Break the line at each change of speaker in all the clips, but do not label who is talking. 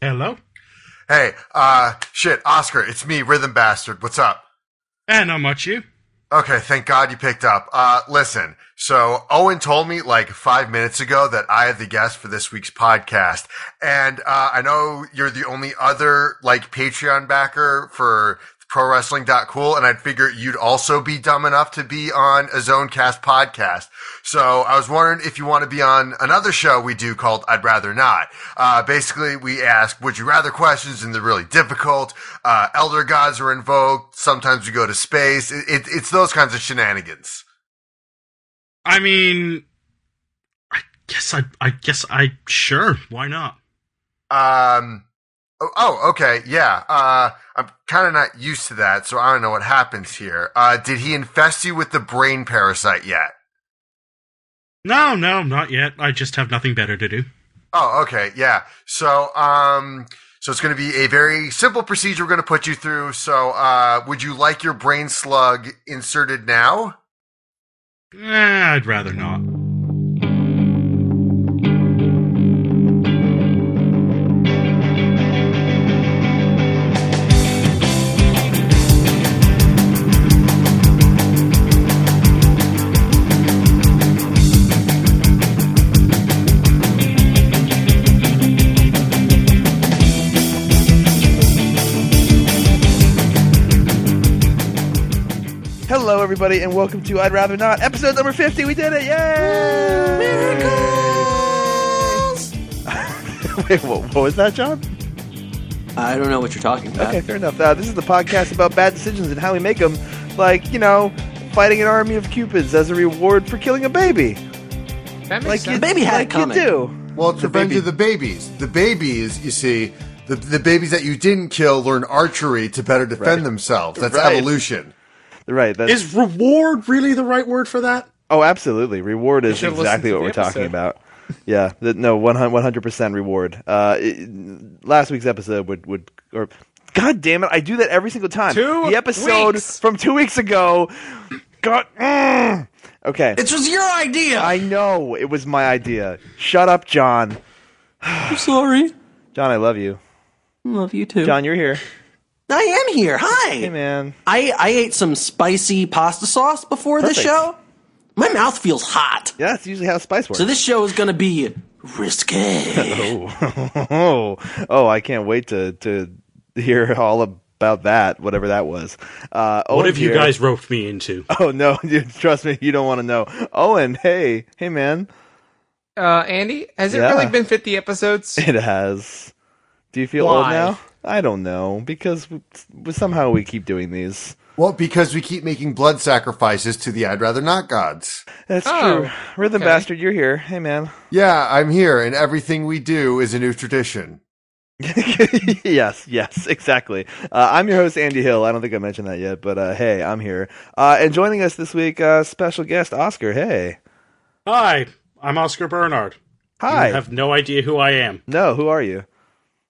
Hello.
Hey, uh, shit, Oscar, it's me, Rhythm Bastard. What's up?
Eh, not much you.
Okay, thank God you picked up. Uh, listen, so Owen told me like five minutes ago that I had the guest for this week's podcast. And, uh, I know you're the only other like Patreon backer for prowrestling.cool. And I'd figure you'd also be dumb enough to be on a Zonecast podcast. So I was wondering if you want to be on another show we do called I'd Rather Not. Uh, basically, we ask would you rather questions and they're really difficult. Uh, elder gods are invoked. Sometimes we go to space. It, it, it's those kinds of shenanigans.
I mean, I guess I, I guess I sure. Why not?
Um, oh, oh, okay, yeah. Uh, I'm kind of not used to that, so I don't know what happens here. Uh, did he infest you with the brain parasite yet?
No, no, not yet. I just have nothing better to do.
Oh, okay, yeah. So, um, so it's going to be a very simple procedure we're going to put you through. So, uh, would you like your brain slug inserted now?
Eh, I'd rather not.
Hello, everybody, and welcome to I'd Rather Not, episode number 50. We did it! Yay! Miracles! Wait, what, what was that, John?
I don't know what you're talking about.
Okay, fair enough. Uh, this is the podcast about bad decisions and how we make them, like, you know, fighting an army of cupids as a reward for killing a baby.
That makes
Like
sense.
you,
baby had it
like you
coming.
do.
Well, it's
The
revenge
baby-
of the babies. The babies, you see, the, the babies that you didn't kill learn archery to better defend
Right.
themselves. That's
Right.
evolution.
Right. That's,
Is reward really the right word for that?
oh, absolutely. Reward is
should've
exactly
listened to
what
the
we're talking
episode.
about. Yeah, the, no, 100 percent reward. Uh, it- last week's episode would would or God damn it, I do that every single time.
Two
the episode
weeks.
from two weeks ago. God. mm. okay,
It was your idea.
I know it was my idea. Shut up, John.
I'm sorry.
John, I love you.
Love you too.
John, you're here.
I am here. Hi.
Hey, man.
I I ate some spicy pasta sauce before the
Perfect.
show. My mouth feels hot.
Yeah, that's usually how spice works.
So this show is going to be risque.
oh, oh, I can't wait to to hear all about that, whatever that was. Uh,
What
Owen
have you
here-
guys roped me into?
Oh no, dude, trust me, you don't want to know. Owen, hey, hey, man,
Uh, Andy, has
Yeah.
it really been 50 episodes?
it has. Do you feel old
Why?
now? I don't know because w- w- somehow we keep doing these.
Well, because we keep making blood sacrifices to the I'd rather not gods.
That's
Oh,
true. Rhythm
okay.
bastard, you're here. Hey, man.
Yeah, I'm here, and everything we do is a new tradition.
yes, yes, exactly. Uh, I'm your host, Andy Hill. I don't think I mentioned that yet, but uh, hey, I'm here. Uh, and joining us this week, uh, special guest Oscar. Hey,
Hi, I'm Oscar Bernard.
hi.
You have no idea who I am.
No, who are you?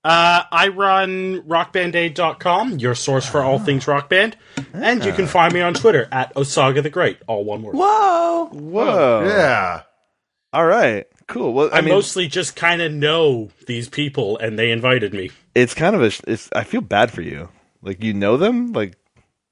Uh, I run rockbandaid.com, your source for all things rock band, and you can find me on Twitter at Osaga the Great, all one word. Oh,
Whoa.
Whoa.
Yeah.
All right. Cool. Well,
I,
I mean,
mostly just kind of know these people, and they invited me.
it's kind of a. sh- It's. I feel bad for you. Like you know them. Like,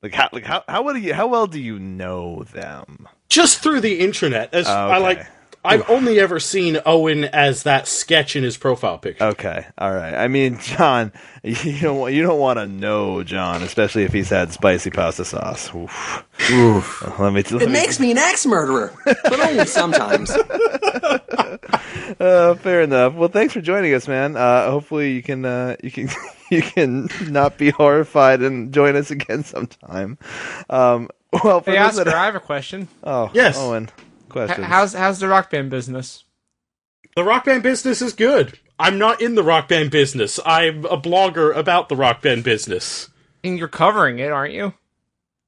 like how. Like how. How well do you? How well do you know them?
Just through the internet, as I
okay.
like. I've only ever seen Owen as that sketch in his profile picture.
Okay. All right. I mean, John, you don't. want You don't want to know John, especially if he's had spicy pasta sauce. Oof. Oof. Let me. Let
It makes me an axe murderer, but only sometimes.
Uh, fair enough. Well, thanks for joining us, man. Uh, hopefully you can uh, you can you can not be horrified and join us again sometime. Um, well, for
Hey,
those
Oscar,
that-
I have a question.
oh
Yes.
Owen,
H-
question.
how's, how's the rock band business?
The rock band business is good. I'm not in the rock band business. I'm a blogger about the rock band business.
And you're covering it, aren't you?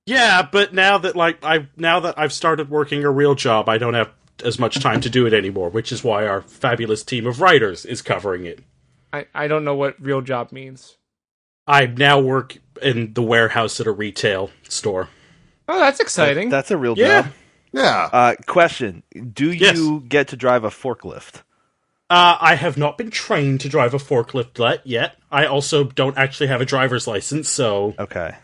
Yeah, but now that like I now that I've started working a real job, I don't have as much time to do it anymore, which is why our fabulous team of writers is covering it.
I, I don't know what real job means.
I now work in the warehouse at a retail store.
Oh, that's exciting.
That's a real
Yeah.
job.
Yeah.
Uh, question: Do you
Yes.
get to drive a forklift?
Uh, I have not been trained to drive a forklift let- yet. I also don't actually have a driver's license, so
Okay.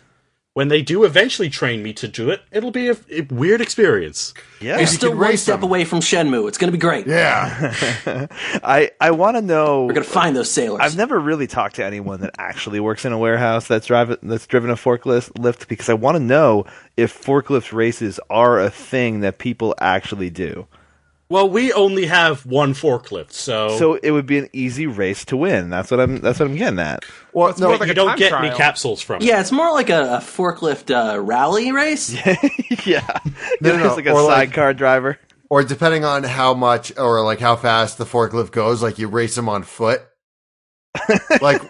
when they do eventually train me to do it, it'll be a, a weird experience.
Yeah.
You're still
could
one
race
step
them.
away from Shenmue. It's going to be great.
Yeah. Uh-huh.
I I want to know.
We're going to find those sailors.
I've never really talked to anyone that actually works in a warehouse that's drive, that's driven a forklift lift because I want to know if forklift races are a thing that people actually do.
Well, we only have one forklift, so,
So it would be an easy race to win. That's what I'm that's what I'm getting at.
well,
more
you
like a
don't
time
get any
trial.
capsules from it.
yeah, it's more like a, a forklift uh, rally race.
yeah.
No, no, no.
It's like a
Or like-
sidecar driver.
or depending on how much or like how fast the forklift goes, like you race them on foot. like,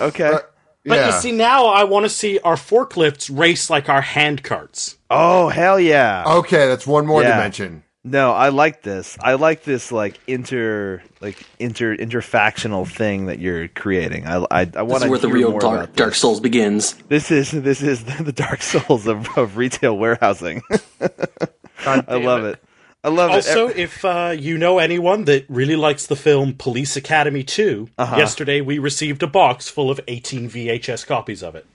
Okay.
uh,
But
yeah.
you see, now I want to see our forklifts race like our hand carts.
oh hell yeah.
okay, that's one more
Yeah.
dimension.
No, I like this. I like this like inter like inter interfactional thing that you're creating. I I, I
This
want
is
to hear
where the real
more
dark,
about this.
dark Souls begins.
This is this is the, dark souls of, of retail warehousing. I love it. I love
Also,
it.
if uh, you know anyone that really likes the film Police Academy 2, yesterday we received a box full of 18 VHS copies of it.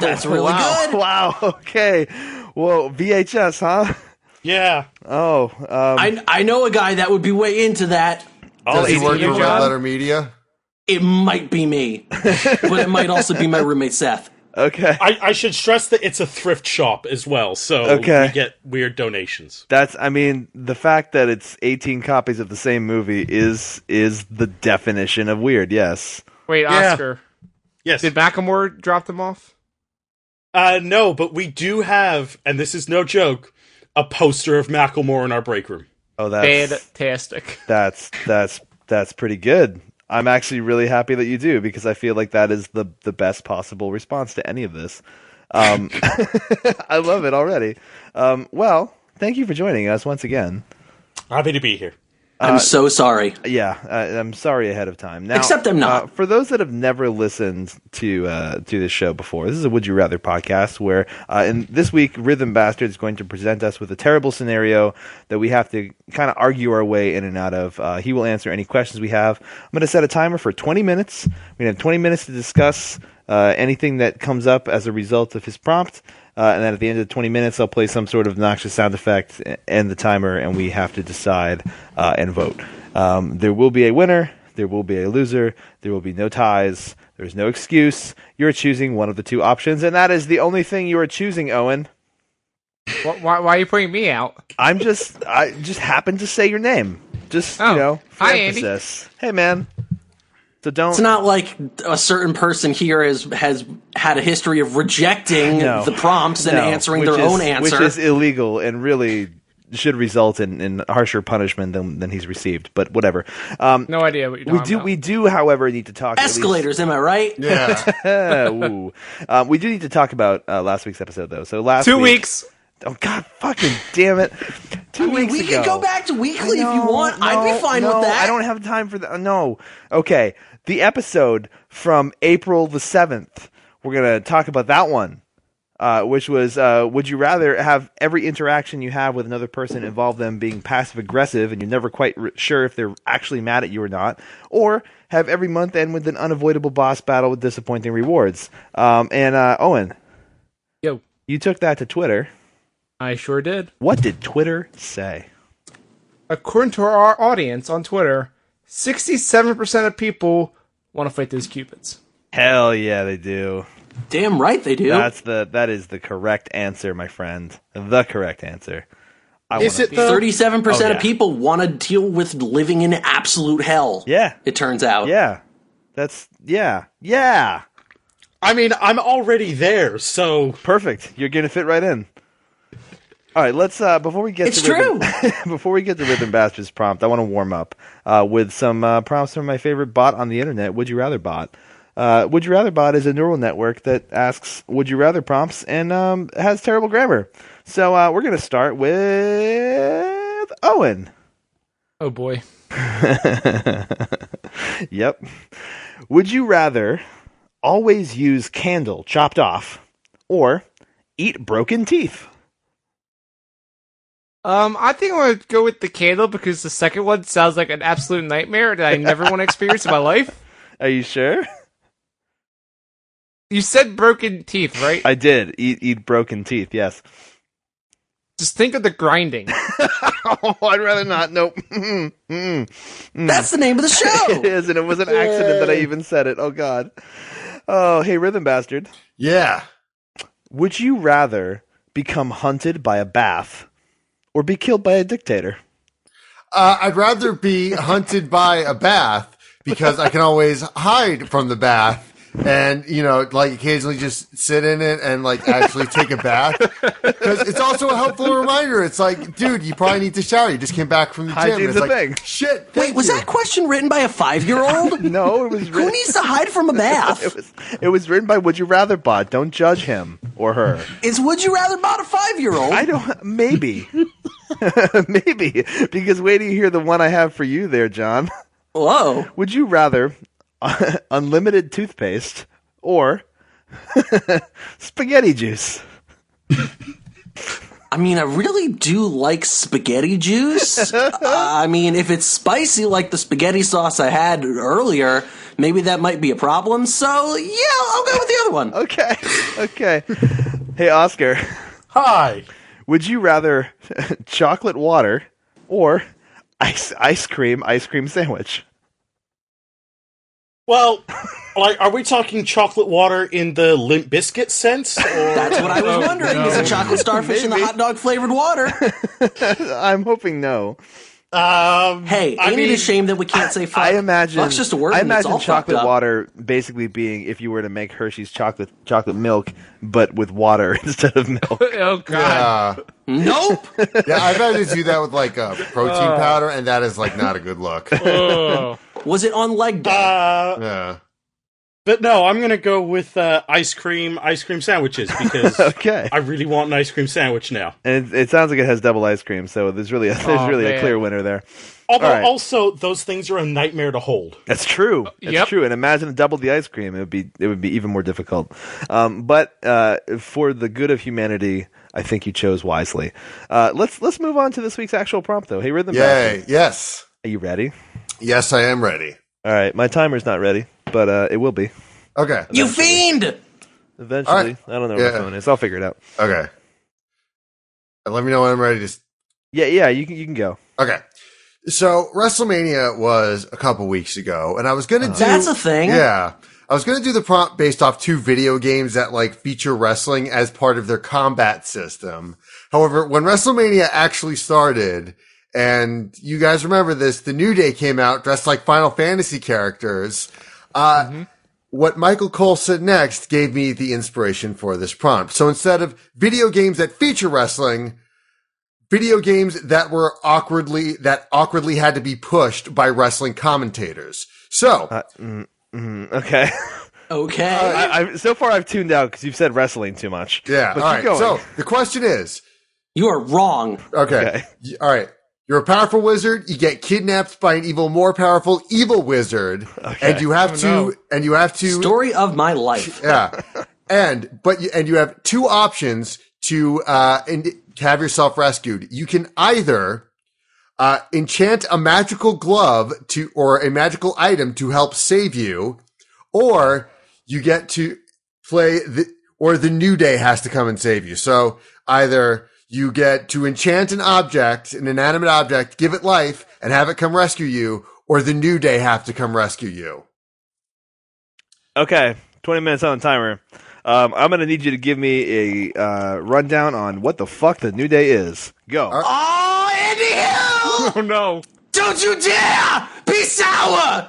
That's really
wow.
good.
Wow. Okay. Whoa. VHS, huh?
Yeah.
Oh. Um,
I, I know a guy that would be way into that.
Does he
All
work
18
at
of
Red
them?
Letter Media?
It might be me, but it might also be my roommate Seth.
okay.
I, I should stress that it's a thrift shop as well, so
Okay.
we get weird donations.
That's. I mean, the fact that it's 18 copies of the same movie is is the definition of weird. Yes.
Wait,
Yeah.
Oscar,
Yes.
did Macklemore drop them off?
uh, no, but we do have, and this is no joke, a poster of Macklemore in our break room.
Oh, that's
Fantastic.
that's that's that's pretty good. I'm actually really happy that you do because I feel like that is the the best possible response to any of this. Um, I love it already. Um, well, thank you for joining us once again.
Happy to be here.
Uh,
I'm so sorry.
Yeah, I, I'm sorry ahead of time. Now,
Except I'm not.
uh, for those that have never listened to uh, to this show before, this is a Would You Rather podcast where, uh, and this week, Rhythm Bastard is going to present us with a terrible scenario that we have to kind of argue our way in and out of. Uh, he will answer any questions we have. I'm going to set a timer for 20 minutes. We have 20 minutes to discuss uh, anything that comes up as a result of his prompt. Uh, and then at the end of the 20 minutes, I'll play some sort of noxious sound effect a- and the timer, and we have to decide uh, and vote. Um, there will be a winner, there will be a loser, there will be no ties, there's no excuse. You're choosing one of the two options, and that is the only thing you are choosing, Owen.
Wh- why, why are you putting me out?
I'm just, I just happened to say your name. Just,
Oh.
you know, for
Hi, Andy.
emphasis. Hey, man. So don't.
It's not like a certain person here has has had a history of rejecting
No.
the prompts and
No,
answering
which
their
is-
own answer.
which is illegal and really should result in, in harsher punishment than, than he's received. But whatever. Um,
No idea what you're
we
talking
do
about.
we do, however, need to talk at least-
Escalators, am I right?
Yeah.
Ooh. Um, we do need to talk about uh, last week's episode though. So last
Two
week-
weeks.
Oh God, fucking damn it! Two
I mean,
weeks
we
ago.
could go back to weekly if you
No,
want. I'd
no,
be fine
no,
with that.
I don't have time for that. No. Okay. The episode from April the 7th, we're going to talk about that one, uh, which was uh, Would you rather have every interaction you have with another person involve them being passive aggressive and you're never quite r- sure if they're actually mad at you or not, or have every month end with an unavoidable boss battle with disappointing rewards? Um, and uh, Owen,
Yo,
you took that to Twitter.
I sure did.
What did Twitter say?
According to our audience on Twitter, 67% of people want to fight those cupids.
Hell yeah, they do.
Damn right they do.
That's the that is the correct answer, my friend. The correct answer. I
Is
wanna-
it the.
37%
Oh, yeah.
of people want to deal with living in absolute hell.
Yeah.
It turns out.
Yeah. That's yeah. Yeah.
I mean, I'm already there, so.
Perfect. You're gonna fit right in. All right, let's uh before we get
It's
to Rhythm- before we get to Rhythm Bastards prompt, I want to warm up uh, with some uh, prompts from my favorite bot on the internet, Would You Rather Bot. Uh, Would You Rather Bot is a neural network that asks Would You Rather prompts and um, has terrible grammar. So uh, we're gonna start with Owen.
Oh boy.
Yep. Would you rather always use candle chopped off or eat broken teeth?
Um, I think I'm gonna go with the candle because the second one sounds like an absolute nightmare that I never want to experience in my life.
Are you sure?
You said broken teeth, right?
I did eat eat broken teeth. Yes.
Just think of the grinding.
oh, I'd rather not. Nope. Mm, mm, mm.
That's the name of the
it
show.
is, and it was an accident that I even said it. Oh God. Oh, hey, rhythm bastard.
Yeah.
Would you rather become hunted by a bath or be killed by a dictator?
Uh, I'd rather be hunted by a bath because I can always hide from the bath and, you know, like occasionally just sit in it and like actually take a bath. Because it's also a helpful reminder. It's like, dude, you probably need to shower. You just came back from the gym. It's
Hygiene's a
like,
thing.
Shit.
Wait,
thank
was
you.
that question written by a five year old?
No, it was
Who
written,
needs to hide from a
it
bath?
was it was written by Would You Rather Bot. Don't judge him or her.
Is would you rather bought a five year old?
I don't. Maybe, maybe because wait till you hear the one I have for you there, John.
Whoa.
Would you rather unlimited toothpaste or spaghetti juice?
I mean, I really do like spaghetti juice. Uh, I mean, if it's spicy like the spaghetti sauce I had earlier, maybe that might be a problem. So, yeah, I'll go with the other one.
Okay, okay. hey, Oscar,
Hi.
would you rather chocolate water or ice ice cream ice cream sandwich?
Well, like, are we talking chocolate water in the limp biscuit sense? Or
That's what I
Oh,
was wondering. Is a chocolate starfish in the hot dog flavored water?
I'm hoping no.
um,
Hey, ain't
I
it
mean,
a shame that we can't say fuck?
I imagine
Fuck's just a word.
I
and it's
imagine
all fucked
chocolate
up.
water basically being if you were to make Hershey's chocolate chocolate milk, but with water instead of milk.
oh god.
Yeah.
Nope.
yeah, I've had to do that with like a protein powder, and that is like not a good look.
Oh.
Was it on leg day?
Uh,
Yeah.
but no, I'm gonna go with uh, ice cream ice cream sandwiches because
Okay,
I really want an ice cream sandwich now.
and it, it sounds like it has double ice cream, so there's really a, there's
Aw,
really a
Oh, man.
clear winner there.
Although,
All right.
also those things are a nightmare to hold.
That's true. That's
Oh, Yep.
true. And imagine double the ice cream; it would be it would be even more difficult. Um, but uh, for the good of humanity, I think you chose wisely. Uh, let's let's move on to this week's actual prompt, though. Hey, rhythm. Bastard,
Yay. Yes.
Are you ready?
Yes, I am ready.
All right, my timer's not ready, but uh, it will be
Okay.
You fiend!
eventually.
All right.
I don't know where
Yeah.
my phone is. I'll figure it out.
Okay. Let me know when I'm ready to. s-
Yeah, yeah. You can you can go.
Okay. So WrestleMania was a couple weeks ago, and I was gonna do
Uh-huh. That's a thing.
Yeah. I was going to do the prompt based off two video games that like feature wrestling as part of their combat system. However, when WrestleMania actually started, and you guys remember this, the New Day came out dressed like Final Fantasy characters. Uh, What Michael Cole said next gave me the inspiration for this prompt. So instead of video games that feature wrestling, video games that were awkwardly, that awkwardly had to be pushed by wrestling commentators. So.
Mm,
Mm-hmm.
Okay.
Uh,
Okay.
I, I, so far, I've tuned out because you've said wrestling too much.
Yeah.
But
all right.
keep going.
So the question is,
you are wrong.
okay,
Okay.
y- all right. You're a powerful wizard. You get kidnapped by an even more powerful evil wizard, and you
Oh,
have to,
no.
and you have to,
Story of my life.
yeah. and but you, and you have two options to uh, and have yourself rescued. You can either uh, enchant a magical glove to or a magical item to help save you, or you get to play the or the new day has to come and save you. So either you get to enchant an object, an inanimate object, give it life, and have it come rescue you, or the new day have to come rescue you.
Okay, 20 minutes on the timer. Um, I'm going to need you to give me a uh, rundown on what the fuck the New Day is. Go.
Uh,
Oh, Andy Hill!
oh no.
Don't you dare be sour!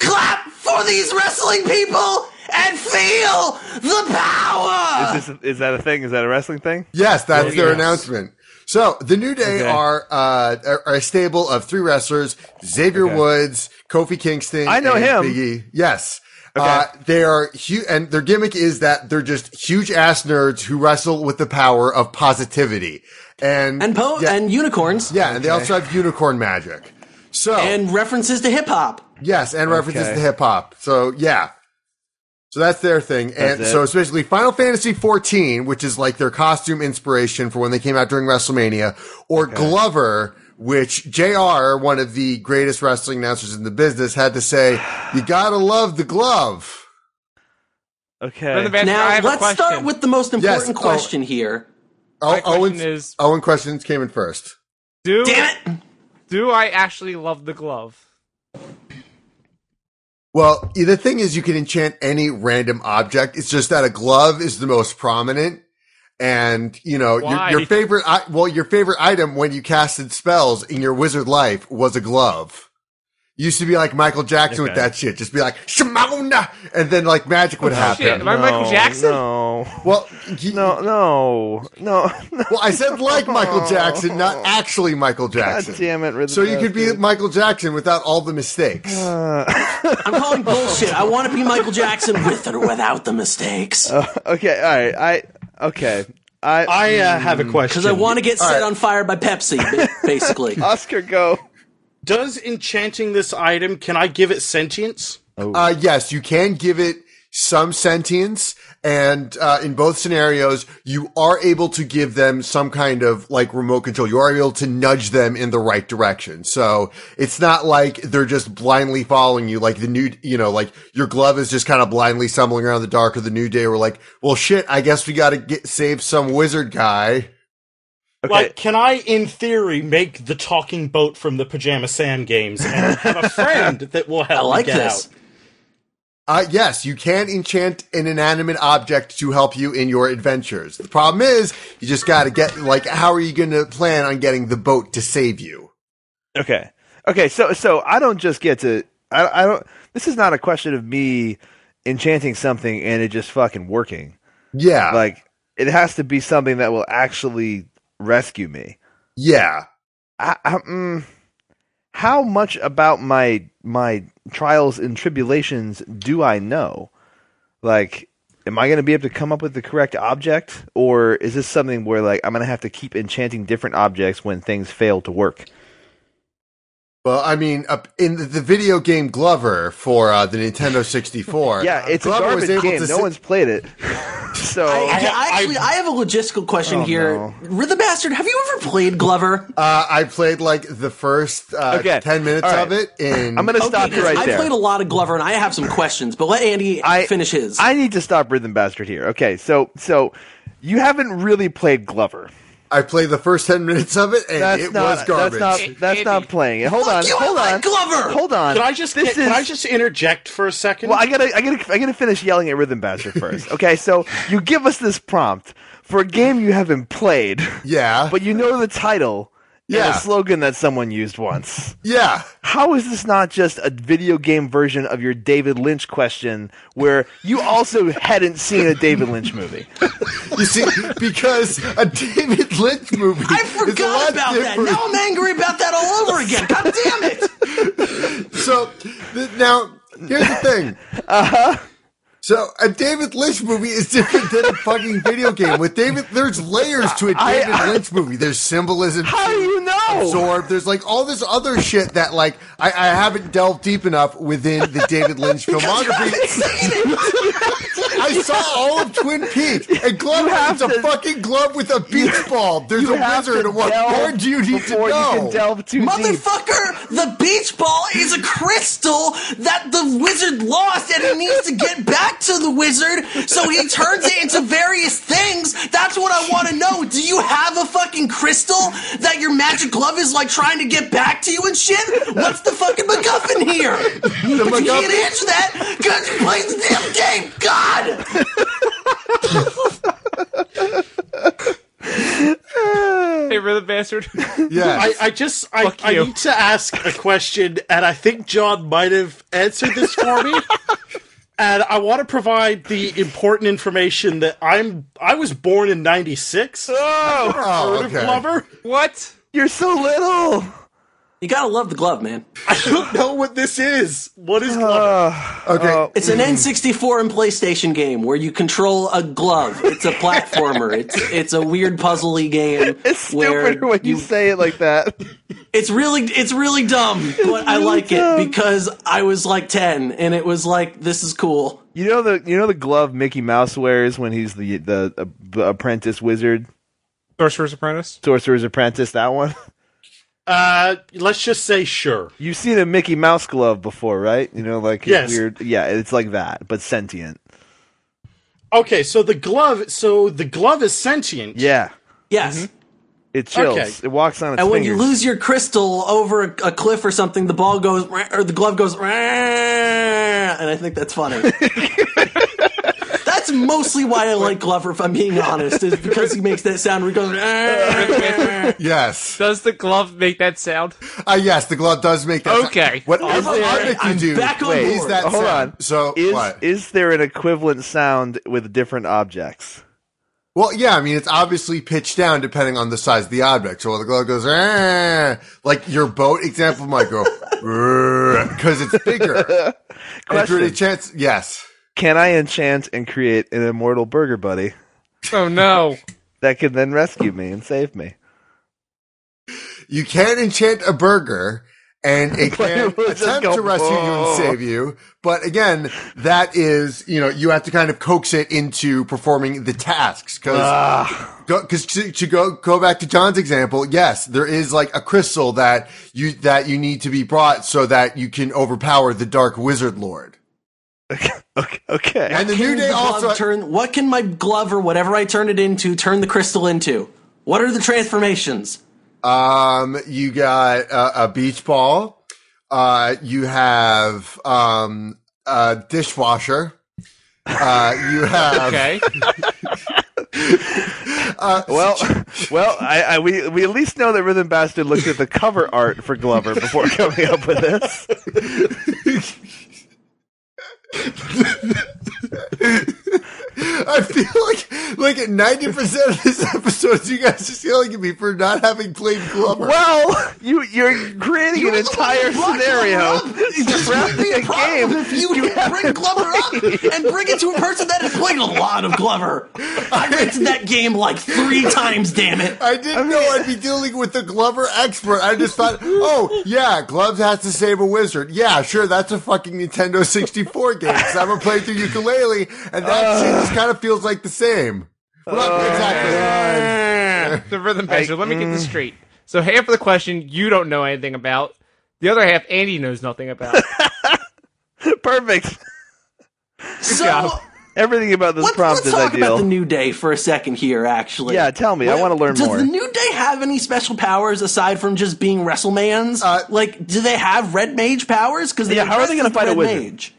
Clap for these wrestling people and feel the power!
Is, this, is that a thing? Is that a wrestling thing?
Yes, that's their
yes.
announcement. So the New Day
Okay.
are, uh, are are a stable of three wrestlers: Xavier
Okay.
Woods, Kofi Kingston.
I know
and
him.
Big E. Yes. Uh, they are huge, and their gimmick is that they're just huge ass nerds who wrestle with the power of positivity. And
and po-
yeah,
and unicorns
yeah, Oh. and they also have unicorn magic. So
and references to hip hop.
yes, and references
Okay.
to hip hop. So yeah, So that's their thing. And
That's it.
so it's basically Final Fantasy 14, which is like their costume inspiration for when they came out during WrestleMania, or Glover, which JR, one of the greatest wrestling announcers in the business, had to say, you gotta love the glove.
Okay.
the band- Andrew, I
Now
have a
let's
question.
start with the most important
Yes, oh.
question here.
Oh,
My question
Owen's,
is-
Owen questions came in first.
Do
Damn it!
do I actually love the glove?
Well, the thing is, you can enchant any random object. It's just that a glove is the most prominent, and you know your,
Why?
your favorite. i- Well, your favorite item when you casted spells in your wizard life was a glove. You Used to be like Michael Jackson with
Okay.
that shit. Just be like Shimona, and then like magic would happen.
Shit, am I Michael
No,
Jackson?
No.
Well, he-
No, no, no, no.
well, I said like Michael Jackson, not actually Michael
God
Jackson.
damn it, Rhythm
So you could be
Bastard.
Michael Jackson without all the mistakes.
Uh,
I'm calling bullshit. I want to be Michael Jackson with or without the mistakes.
okay, all right. I okay. I,
I uh, have a question.
Because I want to get set
right.
on fire by Pepsi, ba- basically.
Oscar go.
Does enchanting this item can I give it sentience?
Uh, yes, you can give it some sentience, and uh, in both scenarios, you are able to give them some kind of like remote control. You are able to nudge them in the right direction. So it's not like they're just blindly following you, like the new, you know, like your glove is just kind of blindly stumbling around in the dark of the new day. We're like, well, shit, I guess we got to get save some wizard guy.
Okay.
Like, can I, in theory, make the talking boat from the Pajama Sam games and have a friend that will
I
help
like
me get
this.
out?
Uh, yes, you can enchant an inanimate object to help you in your adventures. The problem is, you just gotta get, like, how are you gonna plan on getting the boat to save you?
Okay. Okay. So so I don't just get to. I I don't. This is not a question of me enchanting something and it just fucking working.
Yeah.
Like it has to be something that will actually rescue me.
yeah.
I, I, mm, how much about my my trials and tribulations do I know? Like, am I going to be able to come up with the correct object, or is this something where like I'm going to have to keep enchanting different objects when things fail to work?
Well, I mean, up in the, the video game Glover for uh, the Nintendo 64.
Yeah, it's a
Glover was
garbage
able
game.
to
No
si-
one's played it, so
I,
I,
I actually, I, have a logistical question
Oh,
here.
no.
Rhythm Bastard, have you ever played Glover?
uh, I played, like, the first uh,
Okay.
10 minutes
All right.
of it in.
am going to stop you
because
right
I
there.
played a lot of Glover, and I have some questions. But let Andy
I-
finish his.
I need to stop Rhythm Bastard here. Okay, so so you haven't really played Glover.
I played the first 10 minutes of it, and
That's
it
not,
was garbage.
That's not, that's not playing it. Hold on,
you, I
hold
like
on,
Glover!
Hold on.
Can I just
This
can
is-
I just interject for a second?
Well, I gotta, I gotta, I gotta finish yelling at Rhythm Bastard first. Okay, so you give us this prompt for a game you haven't played,
yeah.
but you know the title and
Yeah.
a slogan that someone used once.
yeah.
How is this not just a video game version of your David Lynch question, where you also hadn't seen a David Lynch movie?
You see, because a David Lynch movie.
I
is a lot
forgot about that.
different.
Now I'm angry about that all over again. God damn it!
So th- now here's the thing. Uh huh.
Uh-huh.
So a David Lynch movie is different than a fucking video game. With David, there's layers to a
I-
David
I-
Lynch movie. There's symbolism.
How do you know?
Absorb. There's like all this other shit that like I, I haven't delved deep enough within the David Lynch filmography. I saw all of Twin Peaks. And glove
You have
it's a
to-
fucking glove with a beach ball. There's
You
a
have to
wizard. and What
delve
more do you need to
before
know?
you can delve too deep?
Motherfucker, the beach ball is a crystal that the wizard lost and he needs to get back to the wizard, so he turns it into various things. That's what I want to know. Do you have a fucking crystal that your magic glove is like trying to get back to you and shit? What's the fucking MacGuffin here? but you can't answer that because you played the damn game. God!
Hey, rhythm bastard.
Yeah.
I, I just I,
Fuck
I
you.
need to ask a question, and I think John might have answered this for me. and I want to provide the important information that I'm I was born in '96.
Oh,
oh,
Glover,
what?
you're so little.
You gotta love the glove, man.
I don't know what this is. What is
Uh,
Glover?
Okay.
Oh.
It's an N64 and PlayStation game where you control a glove. It's a platformer. it's it's a weird puzzly game.
It's stupider when you say it like that.
It's really it's really dumb, but I like it because I was like 10 and it was like this is cool.
You know the you know the glove Mickey Mouse wears when he's the the, uh, the apprentice wizard,
Sorcerer's Apprentice.
sorcerer's apprentice. That one.
Uh, let's just say sure.
You've seen a Mickey Mouse glove before, right? You know, like his
Yes.
weird. Yeah, it's like that, but sentient.
Okay, so the glove, so the glove is sentient.
Yeah,
Yes.
it chills.
Okay.
It walks on Mm-hmm. its
And when you
fingers.
lose your crystal over a, a cliff or something, the ball goes "Rah," or the glove goes "Rah," and I think that's funny. that's mostly why I like Glover if I'm being honest, is because he makes that sound where he goes "Rah."
Yes.
Does the glove make that sound?
Uh, yes, the glove does make that.
Okay.
Sound. Whatever
Okay,
object you
I'm
do
back on
is
board.
that
Hold
sound.
on.
So
is
what?
is there an equivalent sound with different objects?
well, yeah, I mean, it's obviously pitched down depending on the size of the object. So while the glove goes, "Ah," like your boat example might go, because it's bigger. If you're
Question.
any chance, yes.
Can I enchant and create an immortal burger buddy
Oh no.
that could then rescue me and save me?
You can enchant a burger and it
But
can
it will just
attempt
go,
to rescue you and
"Whoa."
save you. But again, that is, you know, you have to kind of coax it into performing the tasks.
Ah.
Cause,
Ah.
go- 'cause to, to go, go back to John's example, yes, there is like a crystal that you, that you need to be brought so that you can overpower the dark wizard lord.
Okay. okay.
And the new
Can
day
the glove
also,
turn what can my glove or whatever I turn it into turn the crystal into? What are the transformations?
Um, you got uh, a beach ball. Uh, you have um, a dishwasher. Uh, you have
Okay.
Well, well, I, I we we at least know that Rhythm Bastard looked at the cover art for Glover before coming up with this.
I feel like like at ninety percent of this episode, you guys are yelling at me for not having played Glover.
Well, you you're creating an entire scenario surrounding a
Problem
game.
if you, bring Glover up and bring it to a person that has played a lot of Glover. I went to that game like three times, damn it.
I didn't know I'd be dealing with the Glover expert. I just thought, oh yeah, Gloves has to save a wizard. Yeah, sure, that's a fucking Nintendo sixty four game. So I'm gonna play through ukulele, and that shit just kind of feels like the same. Well, not exactly.
the rhythm bastard. Let me get this straight. So half of the question you don't know anything about. The other half Andy knows nothing about.
Perfect.
So
job.
Everything about this
let's,
prompt
let's
is
talk
ideal.
about the New Day for a second here, actually.
yeah, tell me. I want to learn
Does
more.
the New Day have any special powers aside from just being WrestleMans?
Uh,
like, do they have Red Mage powers? Because
Yeah, how are they
going
gonna
to
fight a
Red
wizard? Oh,
Mage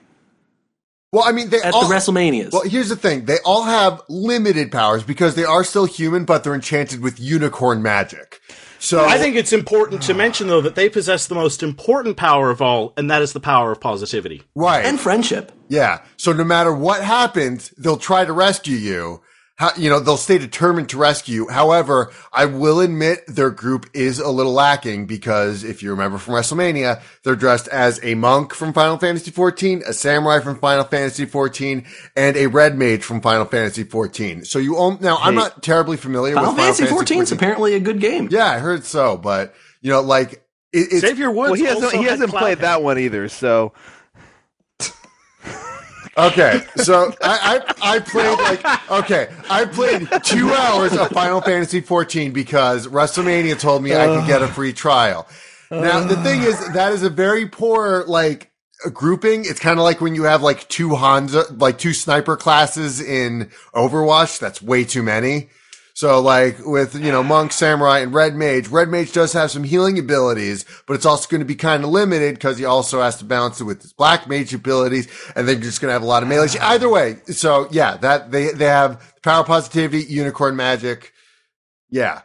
Well, I mean, they
at
all,
the WrestleManias?
Well, here's the thing: they all have limited powers because they are still human, but they're enchanted with unicorn magic. So
I think it's important to mention though that they possess the most important power of all, and that is the power of positivity.
right,
and friendship.
yeah. So no matter what happens, they'll try to rescue you. How, you know, they'll stay determined to rescue. you. However, I will admit their group is a little lacking because if you remember from WrestleMania, they're dressed as a monk from Final Fantasy XIV, a samurai from Final Fantasy XIV, and a red mage from Final Fantasy XIV. So you all, now I'm not terribly familiar
Final
with Final
Fantasy 14 is apparently a good game.
Yeah, I heard so, but you know, like it, it's
Xavier Woods.
well, he hasn't
also
he
had
hasn't
cloud
played
power.
that one either. So
okay. So I, I I played like okay, I played two hours of Final Fantasy 14 because WrestleMania told me I could get a free trial. Now the thing is that is a very poor like grouping. It's kind of like when you have like two Hanza, like two sniper classes in Overwatch. That's way too many. So like with, you know, monk, samurai, and red mage, red mage does have some healing abilities, but it's also going to be kind of limited because he also has to balance it with his black mage abilities. And then you're just going to have a lot of melee. Either way. So yeah, that they, they have power positivity, unicorn magic. Yeah.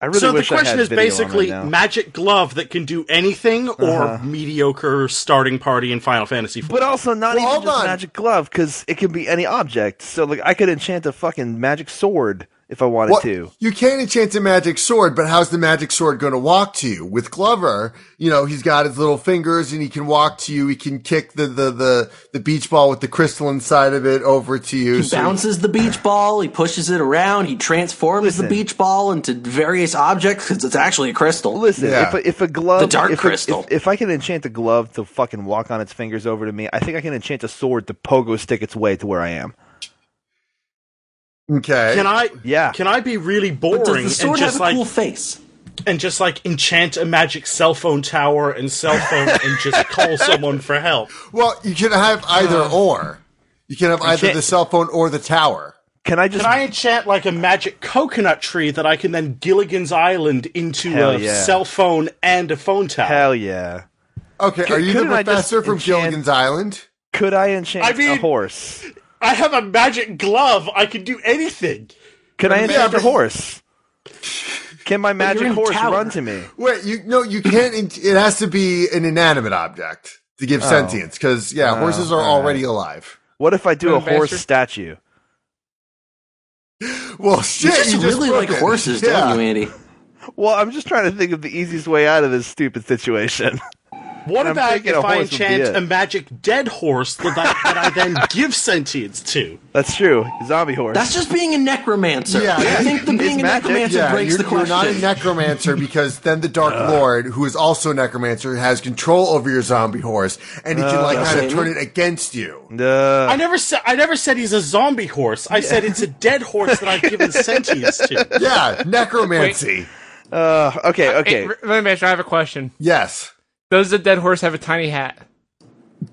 I really
so the
wish I
question
had
is
video on
basically
right now. Uh-huh.
magic glove that can do anything or mediocre starting party in Final Fantasy. IV.
But also not
Well,
even
hold
just
on.
magic glove because it can be any object. So like I could enchant a fucking magic sword if I wanted
What-
to.
You can enchant a magic sword, but how's the magic sword going to walk to you? With Glover, you know, he's got his little fingers and he can walk to you. He can kick the, the, the, the beach ball with the crystal inside of it over to you.
He bounces the beach ball. He pushes it around. He transforms the
Listen.
beach ball into various objects because it's actually a crystal.
Listen,
Yeah.
if, a, if a glove,
The dark
if, a-
crystal.
if, if I can enchant a glove to fucking walk on its fingers over to me, I think I can enchant a sword to pogo stick its way to where I am.
okay.
Can I?
Yeah.
Can I be really
But does
boring
the
and
sword have
just
a
like
cool face?
and just like enchant a magic cell phone tower and cell phone and just call someone for help?
well, you can have either
Um,
or. You can have either
can't-
the cell phone or the tower.
Can I just?
Can I enchant like a magic coconut tree that I can then Gilligan's Island into
Hell
a
yeah.
cell phone and a phone tower?
hell yeah.
Okay. are you the
couldn't I just
professor from
enchant-
Gilligan's Island?
Could I enchant
I mean-
a horse?
I have a magic glove. I can do anything.
Can I enchant
but-
a horse? Can my
you're
magic
in a
horse
tower.
run to me?
Wait, you no, you can't. in- It has to be an inanimate object to give
Oh.
sentience, because yeah, horses are already alive.
What if I do a
Bastard.
horse statue?
Well, shit,
You just
you
really
broke
like
it.
horses,
Yeah.
don't you, Andy?
Well, I'm just trying to think of the easiest way out of this stupid situation.
What
I'm
about
thinking
if
a
I
horse would be it.
enchant a magic dead horse that I, that I then give sentience to?
That's true. Zombie horse.
That's just being a necromancer.
Yeah.
I think the being a
magic.
necromancer
Yeah,
breaks
you're,
the
you're
question.
not a necromancer because then the Dark Lord, who is also a necromancer, has control over your zombie horse, and he can like kind of
Oh, okay.
turn it against you.
Uh,
I never said I never said he's a zombie horse. I said it's a dead horse that I've given sentience to.
Yeah, necromancy.
uh, okay, okay.
Hey, let me ask you, I have a question.
Yes,
Does the dead horse have a tiny hat?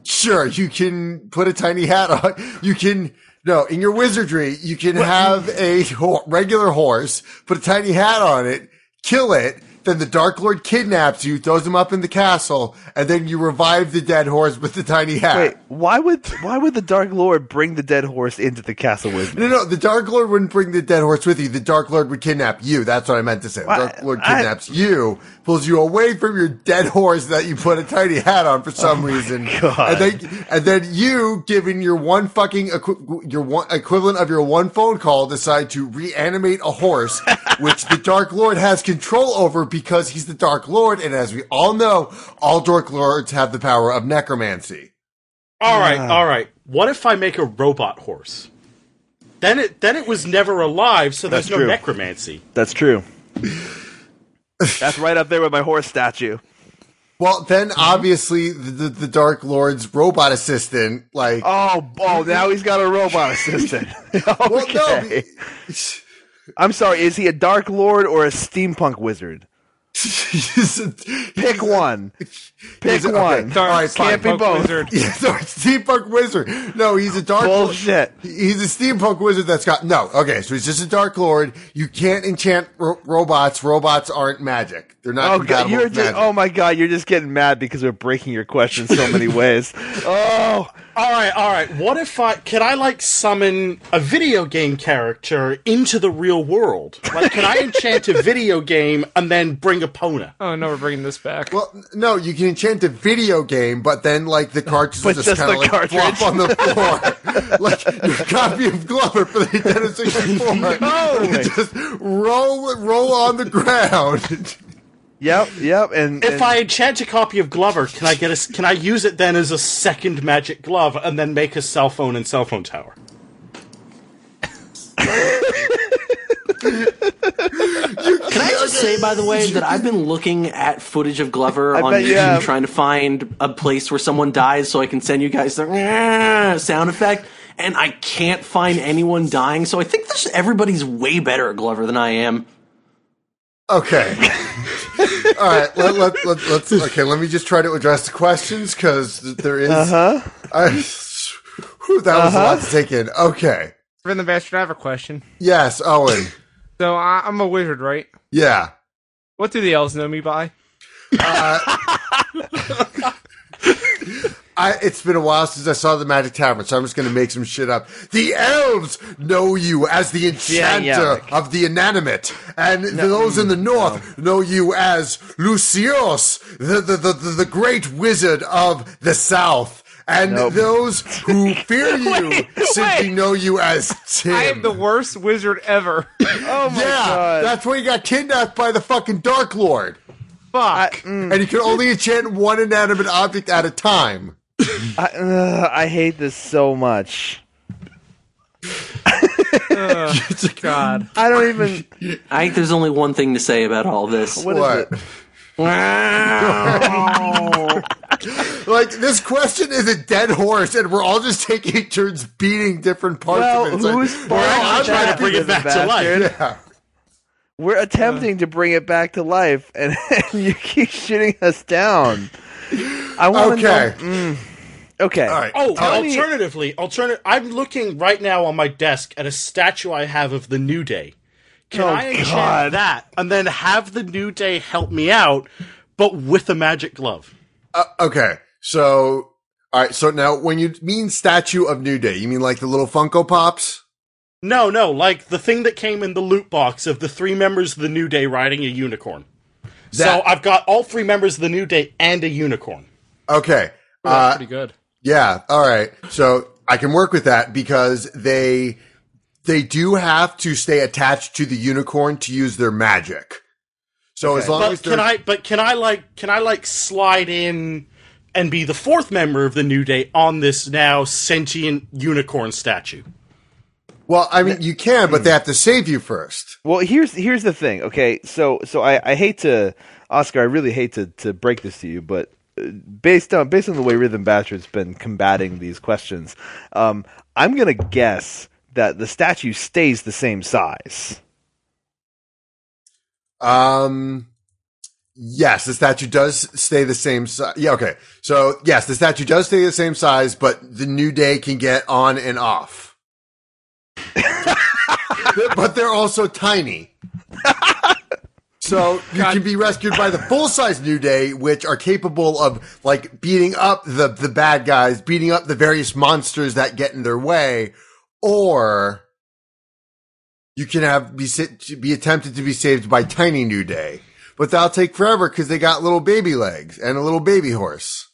sure. You can put a tiny hat on. You can. No, in your wizardry, you can have a ho- regular horse, put a tiny hat on it, kill it, then the Dark Lord kidnaps you, throws him up in the castle, and then you revive the dead horse with the tiny hat.
Wait, why would why would the Dark Lord bring the dead horse into the castle with me?
No, no, the Dark Lord wouldn't bring the dead horse with you. The Dark Lord would kidnap you. That's what I meant to say. The Dark Lord
I-
kidnaps you, pulls you away from your dead horse that you put a tiny hat on for some reason,
Oh God.
and then and then you, given your one fucking equi- your one equivalent of your one phone call, decide to reanimate a horse, which the Dark Lord has control over because he's the Dark Lord, and as we all know, all Dark Lords have the power of necromancy.
All right,
Ah.
all right. What if I make a robot horse? Then it then it was never alive, so there's
That's
no
true.
necromancy.
That's true. That's right up there with my horse statue.
Well, then
Mm-hmm.
obviously the, the, the Dark Lord's robot assistant, like,
Oh, oh! Now he's got a robot assistant. okay.
well, no, be-
I'm sorry. Is he a Dark Lord or a steampunk wizard?
he's a-
Pick one. Pick
He's a- okay.
one.
All right,
Can't be
Steampunk
both.
wizard.
he's a steampunk wizard. No, he's a Dark Lord.
Bullshit.
He's a steampunk wizard that's got no. Okay, so he's just a Dark Lord. You can't enchant ro- robots. Robots aren't magic. They're not.
Oh god,
compatible
you're
with
just.
magic.
Oh my god, you're just getting mad because we're breaking your question so many ways. Oh,
All right, all right. What if I can I like summon a video game character into the real world? Like, can I enchant a video game and then bring a Pona?
Oh no, we're bringing this back.
Well, n- no, you can enchant a video game, but then like the cartridge will
But
just,
just
kind of
the
like
cartridge.
flop on the floor, like your copy of Glover for the Nintendo 64.
No!
just roll roll on the ground.
yep, yep. And
If
and-
I enchant a copy of Glover, can I get a s- can I use it then as a second magic glove and then make a cell phone and cell phone tower?
Can I just say, by the way, that I've been looking at footage of Glover on
bet
YouTube
you have.
trying to find a place where someone dies so I can send you guys the "Nyeh" sound effect, and I can't find anyone dying, so I think this, everybody's way better at Glover than I am.
Okay. All right. Let, let, let, let's. Okay. Let me just try to address the questions because there is. Uh-huh. I, whew, that was a lot to take in. Okay.
Rhythm Bastard, I have a question.
Yes, Owen.
So I, I'm a wizard, right?
Yeah.
What do the elves know me by?
I, it's been a while since I saw the Magic Tavern, so I'm just going to make some shit up. The elves know you as the enchanter
Diabolic.
of the inanimate, and those
Mm,
in the north know you as Lucius, the, the, the, the, the great wizard of the south. and
Nope.
those who fear you simply
wait.
know you as Tim.
I am the worst wizard ever.
Oh my
yeah,
god.
that's where he got kidnapped by the fucking Dark Lord,
Fuck. Mm.
and he could only enchant one inanimate object at a time.
I, ugh, I hate this so much.
God.
I don't even.
I think there's only one thing to say about all this.
What is
What?
it?
Like this question is a dead horse, and we're all just taking turns beating different parts
Well,
of it. It's like,
who's
well,
fault
I'm
is
trying
that,
to bring it
little
back.
back to life.
bastard?
Yeah.
We're attempting to bring it back to life, and, you keep shooting us down. I want to
Okay.
Know, mm, okay.
All right.
Oh,
Tell
me-
alternatively, alternative. I'm looking right now on my desk at a statue I have of the New Day. Can
Oh,
I enchant
God.
that and then have the New Day help me out, but with a magic glove?
Uh, okay. So, all right. So now, when you mean statue of New Day, you mean like the little Funko Pops?
No, no, like the thing that came in the loot box of the three members of the New Day riding a unicorn. so
That-
I've got all three members of the New Day and a unicorn.
Okay. Uh,
That's pretty good.
yeah. All right. So I can work with that because they they do have to stay attached to the unicorn to use their magic. So as long as
But
they're
can I? But can I like? Can I like slide in and be the fourth member of the New Day on this now sentient unicorn statue?
well, I mean, you can, but they
Hmm.
have to save you first.
Well, here's here's the thing. Okay, so so I, I hate to Oscar. I really hate to, to break this to you, but uh, based on based on the way Rhythm Bastard's been combating these questions, um, I'm gonna guess that the statue stays the same size.
Um. Yes, the statue does stay the same size. Yeah, okay. So, yes, the statue does stay the same size, but the New Day can get on and off. but they're also tiny. So, you can be rescued by the full size New Day, which are capable of, like, beating up the, the bad guys, beating up the various monsters that get in their way, or you can have be sit, be attempted to be saved by Tiny New Day, but that'll take forever because they got little baby legs and a little baby horse.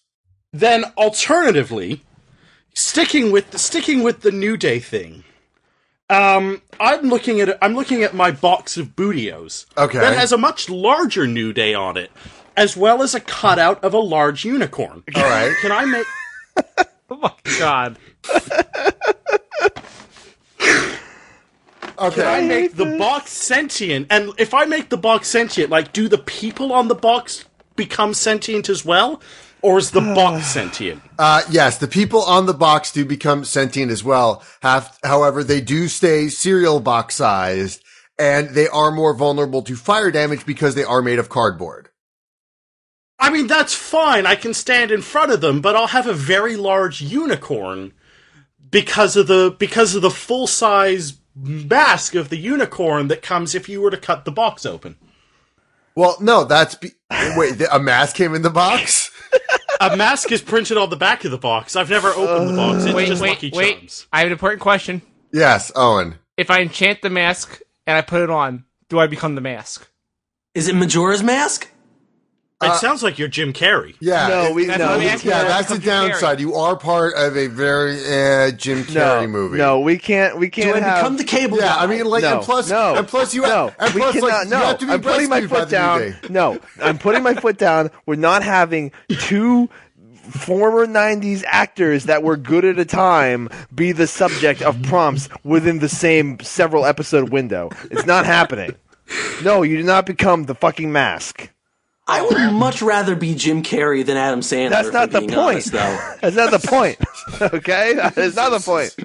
Then, alternatively, sticking with sticking with the New Day thing, um, I'm looking at I'm looking at my box of Budios.
Okay.
that has a much larger New Day on it, as well as a cutout of a large unicorn.
All right,
Can I make?
Oh my god.
I
okay.
make the box sentient, and if I make the box sentient, like, do the people on the box become sentient as well, or is the box sentient?
Uh, yes, the people on the box do become sentient as well. Have, however, they do stay cereal box sized, and they are more vulnerable to fire damage because they are made of cardboard.
I mean, that's fine. I can stand in front of them, but I'll have a very large unicorn because of the because of the full size mask of the unicorn that comes if you were to cut the box open.
Well, no, that's be- wait. the- A mask came in the box.
A mask is printed on the back of the box. I've never opened the box. It's
Wait,
just
wait,
Lucky
wait.
Charms.
I have an important question.
Yes, Owen.
If I enchant the mask and I put it on, do I become the mask?
Is it Majora's Mask?
Uh,
it sounds like you're Jim Carrey.
Yeah.
No,
it-
we
That's
no
what
we
we asked
can't-
Yeah,
Yeah,
that's the
it's Jim Carrey.
downside. You are part of a very uh, Jim Carrey
no,
movie.
no, we can't. We
Do
can't
I
have.
become the cable
Yeah,
guy?
I mean, like,
no,
and plus,
no,
and plus, you,
no,
and
we
plus,
cannot,
like,
no,
you have to be
I'm putting my
rescued by
foot
the
down.
New Day.
No, I'm putting my foot down. We're not having two former '90s actors that were good at a time be the subject of prompts within the same several episode window. It's not happening. No, you do not become the fucking mask.
I would much rather be Jim Carrey than Adam Sandler.
That's
if
not
I'm
the
being
point.
honest, though.
That's not the point. Okay, that's not the point.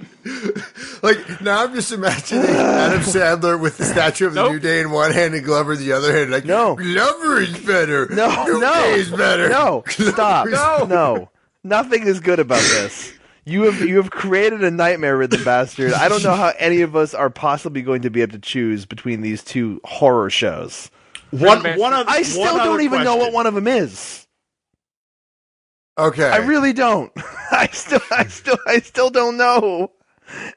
Like now, I'm just imagining Adam Sandler with the statue of the
Nope.
New Day in one hand and Glover in the other hand. Like,
No.
Glover is better.
No,
New
no,
Day is better.
No, stop.
No.
no, Nothing is good about this. You have you have created a nightmare with the bastard. I don't know how any of us are possibly going to be able to choose between these two horror shows.
One,
Bastard.
one of,
I
one
still
other
don't even know what
question.
one of them is.
Okay.
I really don't. I still I still I still don't know.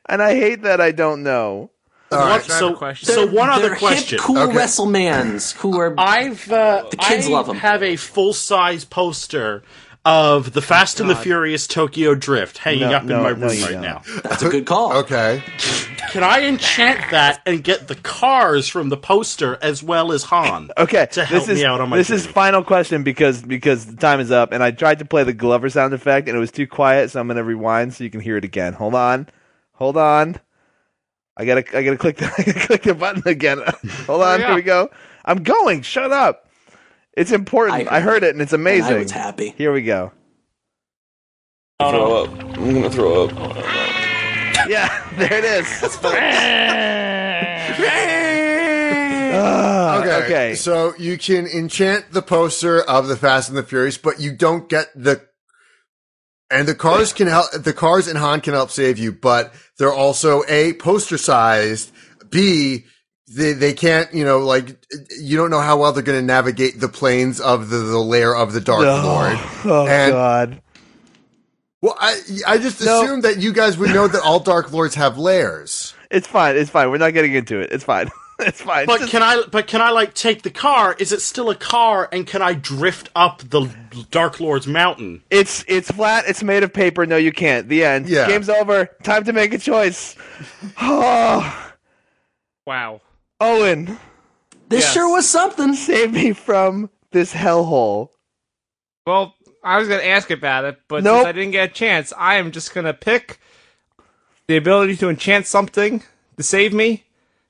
And I hate that I don't know.
All
One-
right.
I have
so,
a question.
so one
They're
other
hip,
question.
cool
Okay.
WrestleMans who are
I've uh,
The kids
I
love 'em.
Have a full size poster of The Fast and the Furious Tokyo Drift hanging
No,
up in
no,
my
no,
room
you
right
don't.
now.
That's a good call.
Okay.
Can I enchant that and get the cars from the poster as well as Han?
Okay,
To help
Oh, this is
me out on my
this is
journey.
final question because because the time is up, and I tried to play the Glover sound effect and it was too quiet, so I'm gonna rewind so you can hear it again. Hold on, hold on. I gotta I gotta click the I gotta click the button again. Hold on,
Oh,
Hurry
here we
up.
go. I'm going. Shut up. It's important.
I
I heard it and it's amazing.
I was happy.
Here we go.
Throw up. I'm gonna throw up.
Yeah, there it is. Ah,
Okay.
okay.
So you can enchant the poster of the Fast and the Furious, but you don't get the. And the cars can help. The cars and Han can help save you, but they're also a poster sized. B they they can't. You know, like you don't know how well they're going to navigate the planes of the the lair of the Dark Lord.
Oh, oh
And-
God.
Well, I I just
No.
assumed that you guys would know that all Dark Lords have lairs.
It's fine. It's fine. We're not getting into it. It's fine. it's fine.
But
Just-
can I? But can I like take the car? Is it still a car? And can I drift up the Dark Lord's mountain?
It's it's flat. It's made of paper. No, you can't. The end.
Yeah.
Game's over. Time to make a choice. Oh,
Wow.
Owen,
This
Yes.
sure was something.
save me from this hellhole.
Well, I was going to ask about it, but
Nope.
since I didn't get a chance, I am just going to pick the ability to enchant something to save me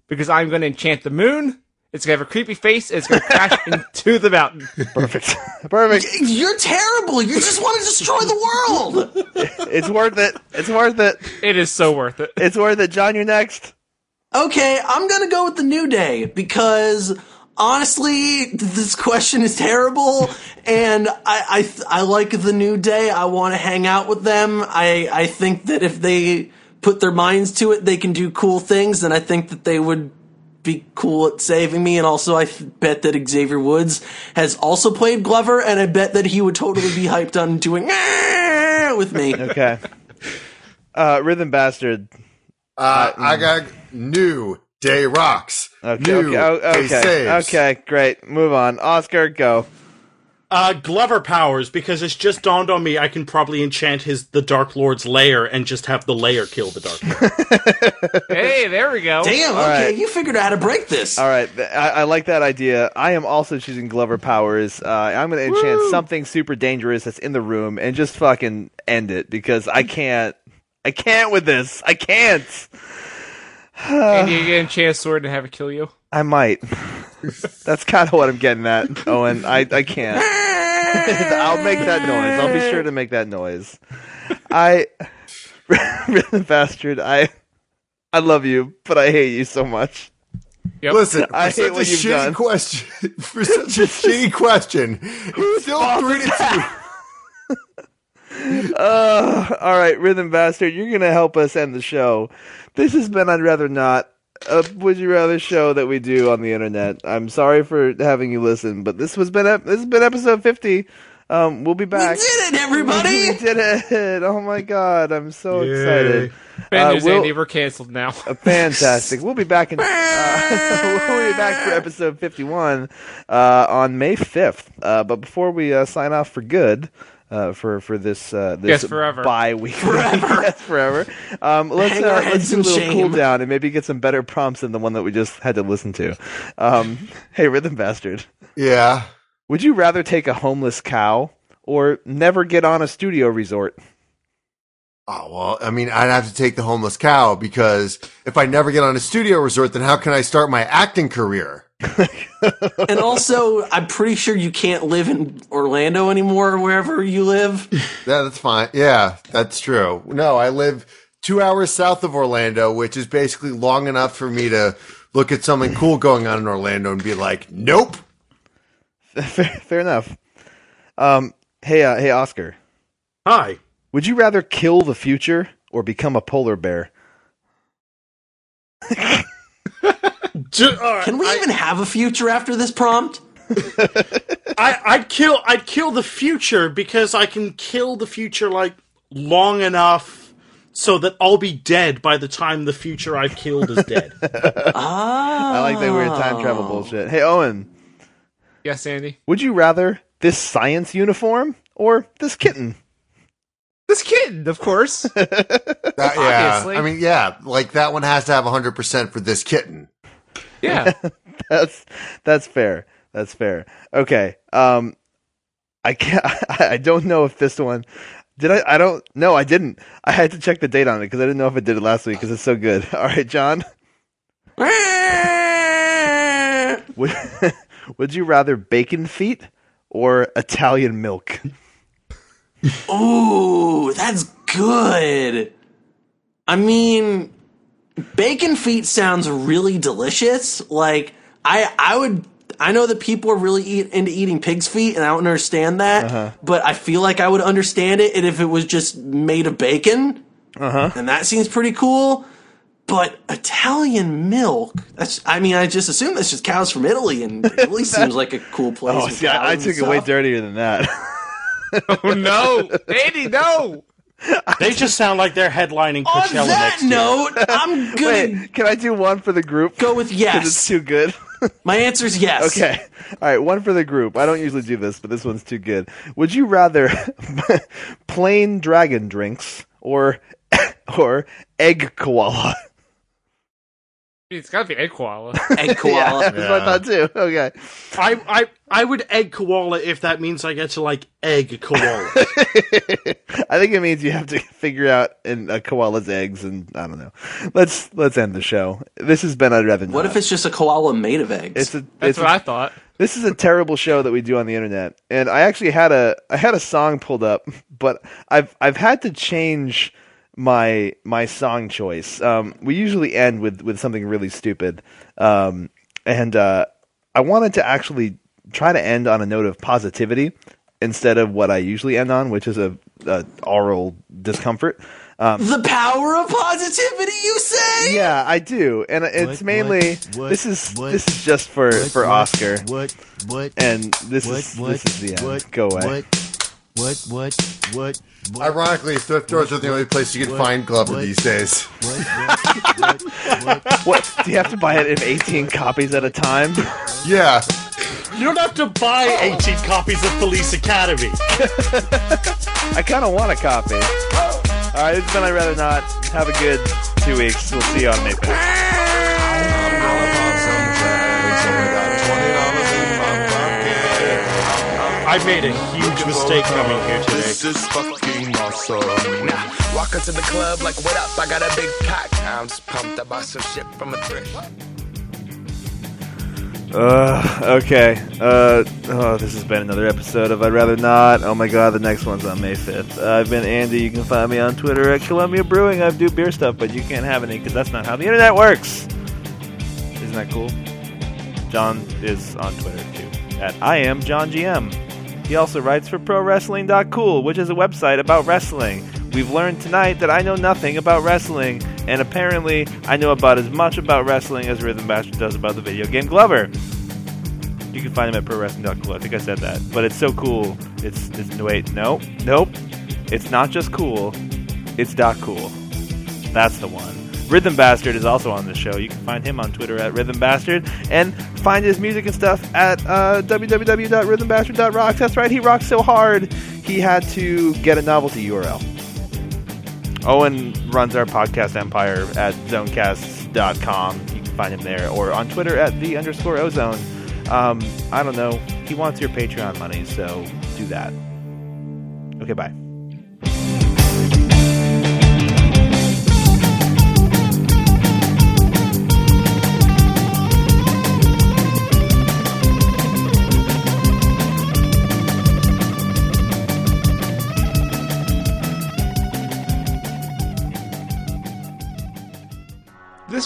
because I'm going to enchant the moon. It's going to have a creepy face. And it's going to crash into the mountain.
Perfect. Perfect.
You're terrible. You just want to destroy the world.
It's worth it. It's worth it.
It is so worth it.
It's worth it. John, you're next.
Okay, I'm gonna go with the New Day because honestly, th- this question is terrible, and I I, th- I like the New Day. I want to hang out with them. I I think that if they put their minds to it, they can do cool things, and I think that they would be cool at saving me. And also, I th- bet that Xavier Woods has also played Glover, and I bet that he would totally be hyped on doing with me.
Okay. Uh, Rhythm Bastard.
Uh, I got new day rocks.
Okay.
New
Okay. oh,
day
okay.
saves.
okay. Great. Move on. Oscar, go.
Uh, Glover powers because it's just dawned on me. I can probably enchant his the Dark Lord's lair and just have the lair kill the Dark Lord.
Hey, there we go.
Damn. okay,
right.
you figured out how to break this.
All right, th- I, I like that idea. I am also choosing Glover powers. Uh, I'm going to enchant something super dangerous that's in the room and just fucking end it because I can't. I can't with this. I can't.
And you get a chance sword and have it kill you.
I might. that's kind of what I'm getting at, Owen. I I can't. I'll make that noise. I'll be sure to make that noise. I, really bastard. I, I love you, but I hate you so much.
Yep.
Listen, for
I hate
such a
what you've
shitty
done.
question, for such a shitty question, it's still three to
Uh, all right, Rhythm Bastard, you're going to help us end the show. This has been I'd Rather Not, a Would You Rather show that we do on the internet. I'm sorry for having you listen, but this was been ep- this has been episode 50. Um, we'll be
we
back.
did it, everybody.
We did it! Oh my god, I'm so excited.
Ben
Uh,
News
Will-
Andy, we're canceled now.
Fantastic. We'll be back in. Uh, we'll be back for episode fifty-one uh, on May fifth. Uh, but before we uh, sign off for good. Uh, for for this uh, this
Yes, forever.
bi-week forever yes, forever um, let's
Hang our
uh, let's
heads
do a
in
little
shame.
cool down and maybe get some better prompts than the one that we just had to listen to um, hey rhythm bastard
two. Yeah.
would you rather take a homeless cow or never get on a studio resort
Oh well, I mean, I'd have to take the homeless cow because if I never get on a studio resort, then how can I start my acting career?
and also, I'm pretty sure you can't live in Orlando anymore, or wherever you live.
Yeah, that's fine. Yeah, that's true. No, I live two hours south of Orlando, which is basically long enough for me to look at something cool going on in Orlando and be like, nope.
fair, fair enough um, hey uh, hey Oscar
Hi.
Would you rather kill the future or become a polar bear?
Do- all right,
Can we
I-
even have a future after this prompt?
I, I'd kill I'd kill the future because I can kill the future like long enough so that I'll be dead by the time the future I've killed is dead.
Ah,
I like that weird time travel bullshit. Hey Owen,
yes, Andy.
would you rather this science uniform or this kitten.
This kid, of course.
That- yeah.
Obviously.
I mean, yeah, like that one has to have 100% for this kitten.
yeah.
that's that's fair. That's fair. Okay. Um, I can't. I don't know if this one did. I. I don't. No, I didn't. I had to check the date on it because I didn't know if I did it last week because it's so good. All right, John. Would Would you rather bacon feet or Italian milk?
Ooh, that's good. I mean, bacon feet sounds really delicious. Like I, I would. I know that people are really eat, into eating pig's feet, and I don't understand that.
Uh-huh.
But I feel like I would understand it, and if it was just made of bacon, uh-huh. and that seems pretty cool. But Italian milk. That's. I mean, I just assume that's just cows from Italy, and Italy seems like a cool place.
Oh,
with
see, I, I
cows
took
and
it way
stuff.
dirtier than that.
Oh no, Andy, no.
They just sound like they're headlining
On
Coachella
that
next year.
note, I'm gonna
Wait, can I do one for the group?
go with
Because it's
yes.
too good.
My answer is yes.
Okay. All right. One for the group. I don't usually do this, but this one's too good. Would you rather plain dragon drinks or or egg koala?
It's gotta be egg koala.
Egg koala.
That's what I
Yeah.
thought too. Okay.
I, I I would egg koala if that means I get to like egg koala.
I think it means you have to figure out in a koala's eggs, and I don't know. Let's let's end the show. This has been I'd rather.
What
Not.
if it's just a koala made of eggs?
It's a,
That's
it's a
what I thought.
This is a terrible show that we do on the internet, and I actually had a I had a song pulled up, but I've I've had to change my my song choice. Um, we usually end with with something really stupid, um, and uh, I wanted to actually try to end on a note of positivity instead of what I usually end on, which is a, a oral discomfort.
the power of positivity, you say?
Yeah, I do, and it's
what,
mainly
what,
this is
what,
this is just for
what,
for
what,
Oscar.
What? What?
And this
what,
is
what,
this is the end.
What,
Go away.
What? What? What? What? What?
Ironically, thrift stores are the only place you can find Glover
What?
these days.
What? What? What? What?
What do you have to buy it in 18 copies at a time?
Yeah.
you don't have to buy 18 copies of Police Academy.
I kind of want a copy. All right, it's been I'd rather not. Have a good two weeks. We'll see you on Napex.
I made a huge mistake coming here today.
This is fucking awesome.
Nah, walk into the club like, what up? I got a big pack. I'm just pumped. I bought some shit from a thrift.
Uh, okay. Uh, oh, this has been another episode of I'd Rather Not. Oh my god, the next one's on May 5th. Uh, I've been Andy. You can find me on Twitter at Columbia Brewing. I do beer stuff, but you can't have any because that's not how the internet works. Isn't that cool? John is on Twitter too at I am John GM. He also writes for ProWrestling.cool, which is a website about wrestling. We've learned tonight that I know nothing about wrestling, and apparently I know about as much about wrestling as Rhythm Bastard does about the video game Glover. You can find him at ProWrestling.cool. I think I said that. But it's so cool. It's, it's no, wait, no, nope. It's not just cool, it's dot cool. That's the one. Rhythm Bastard is also on the show. You can find him on Twitter at Rhythm Bastard and find his music and stuff at uh, www.rhythmbastard.rocks. That's right, he rocks so hard he had to get a novelty URL. Owen runs our podcast empire at zonecast.com. You can find him there or on Twitter at the underscore ozone. Um, I don't know. He wants your Patreon money, so do that. Okay, bye.
This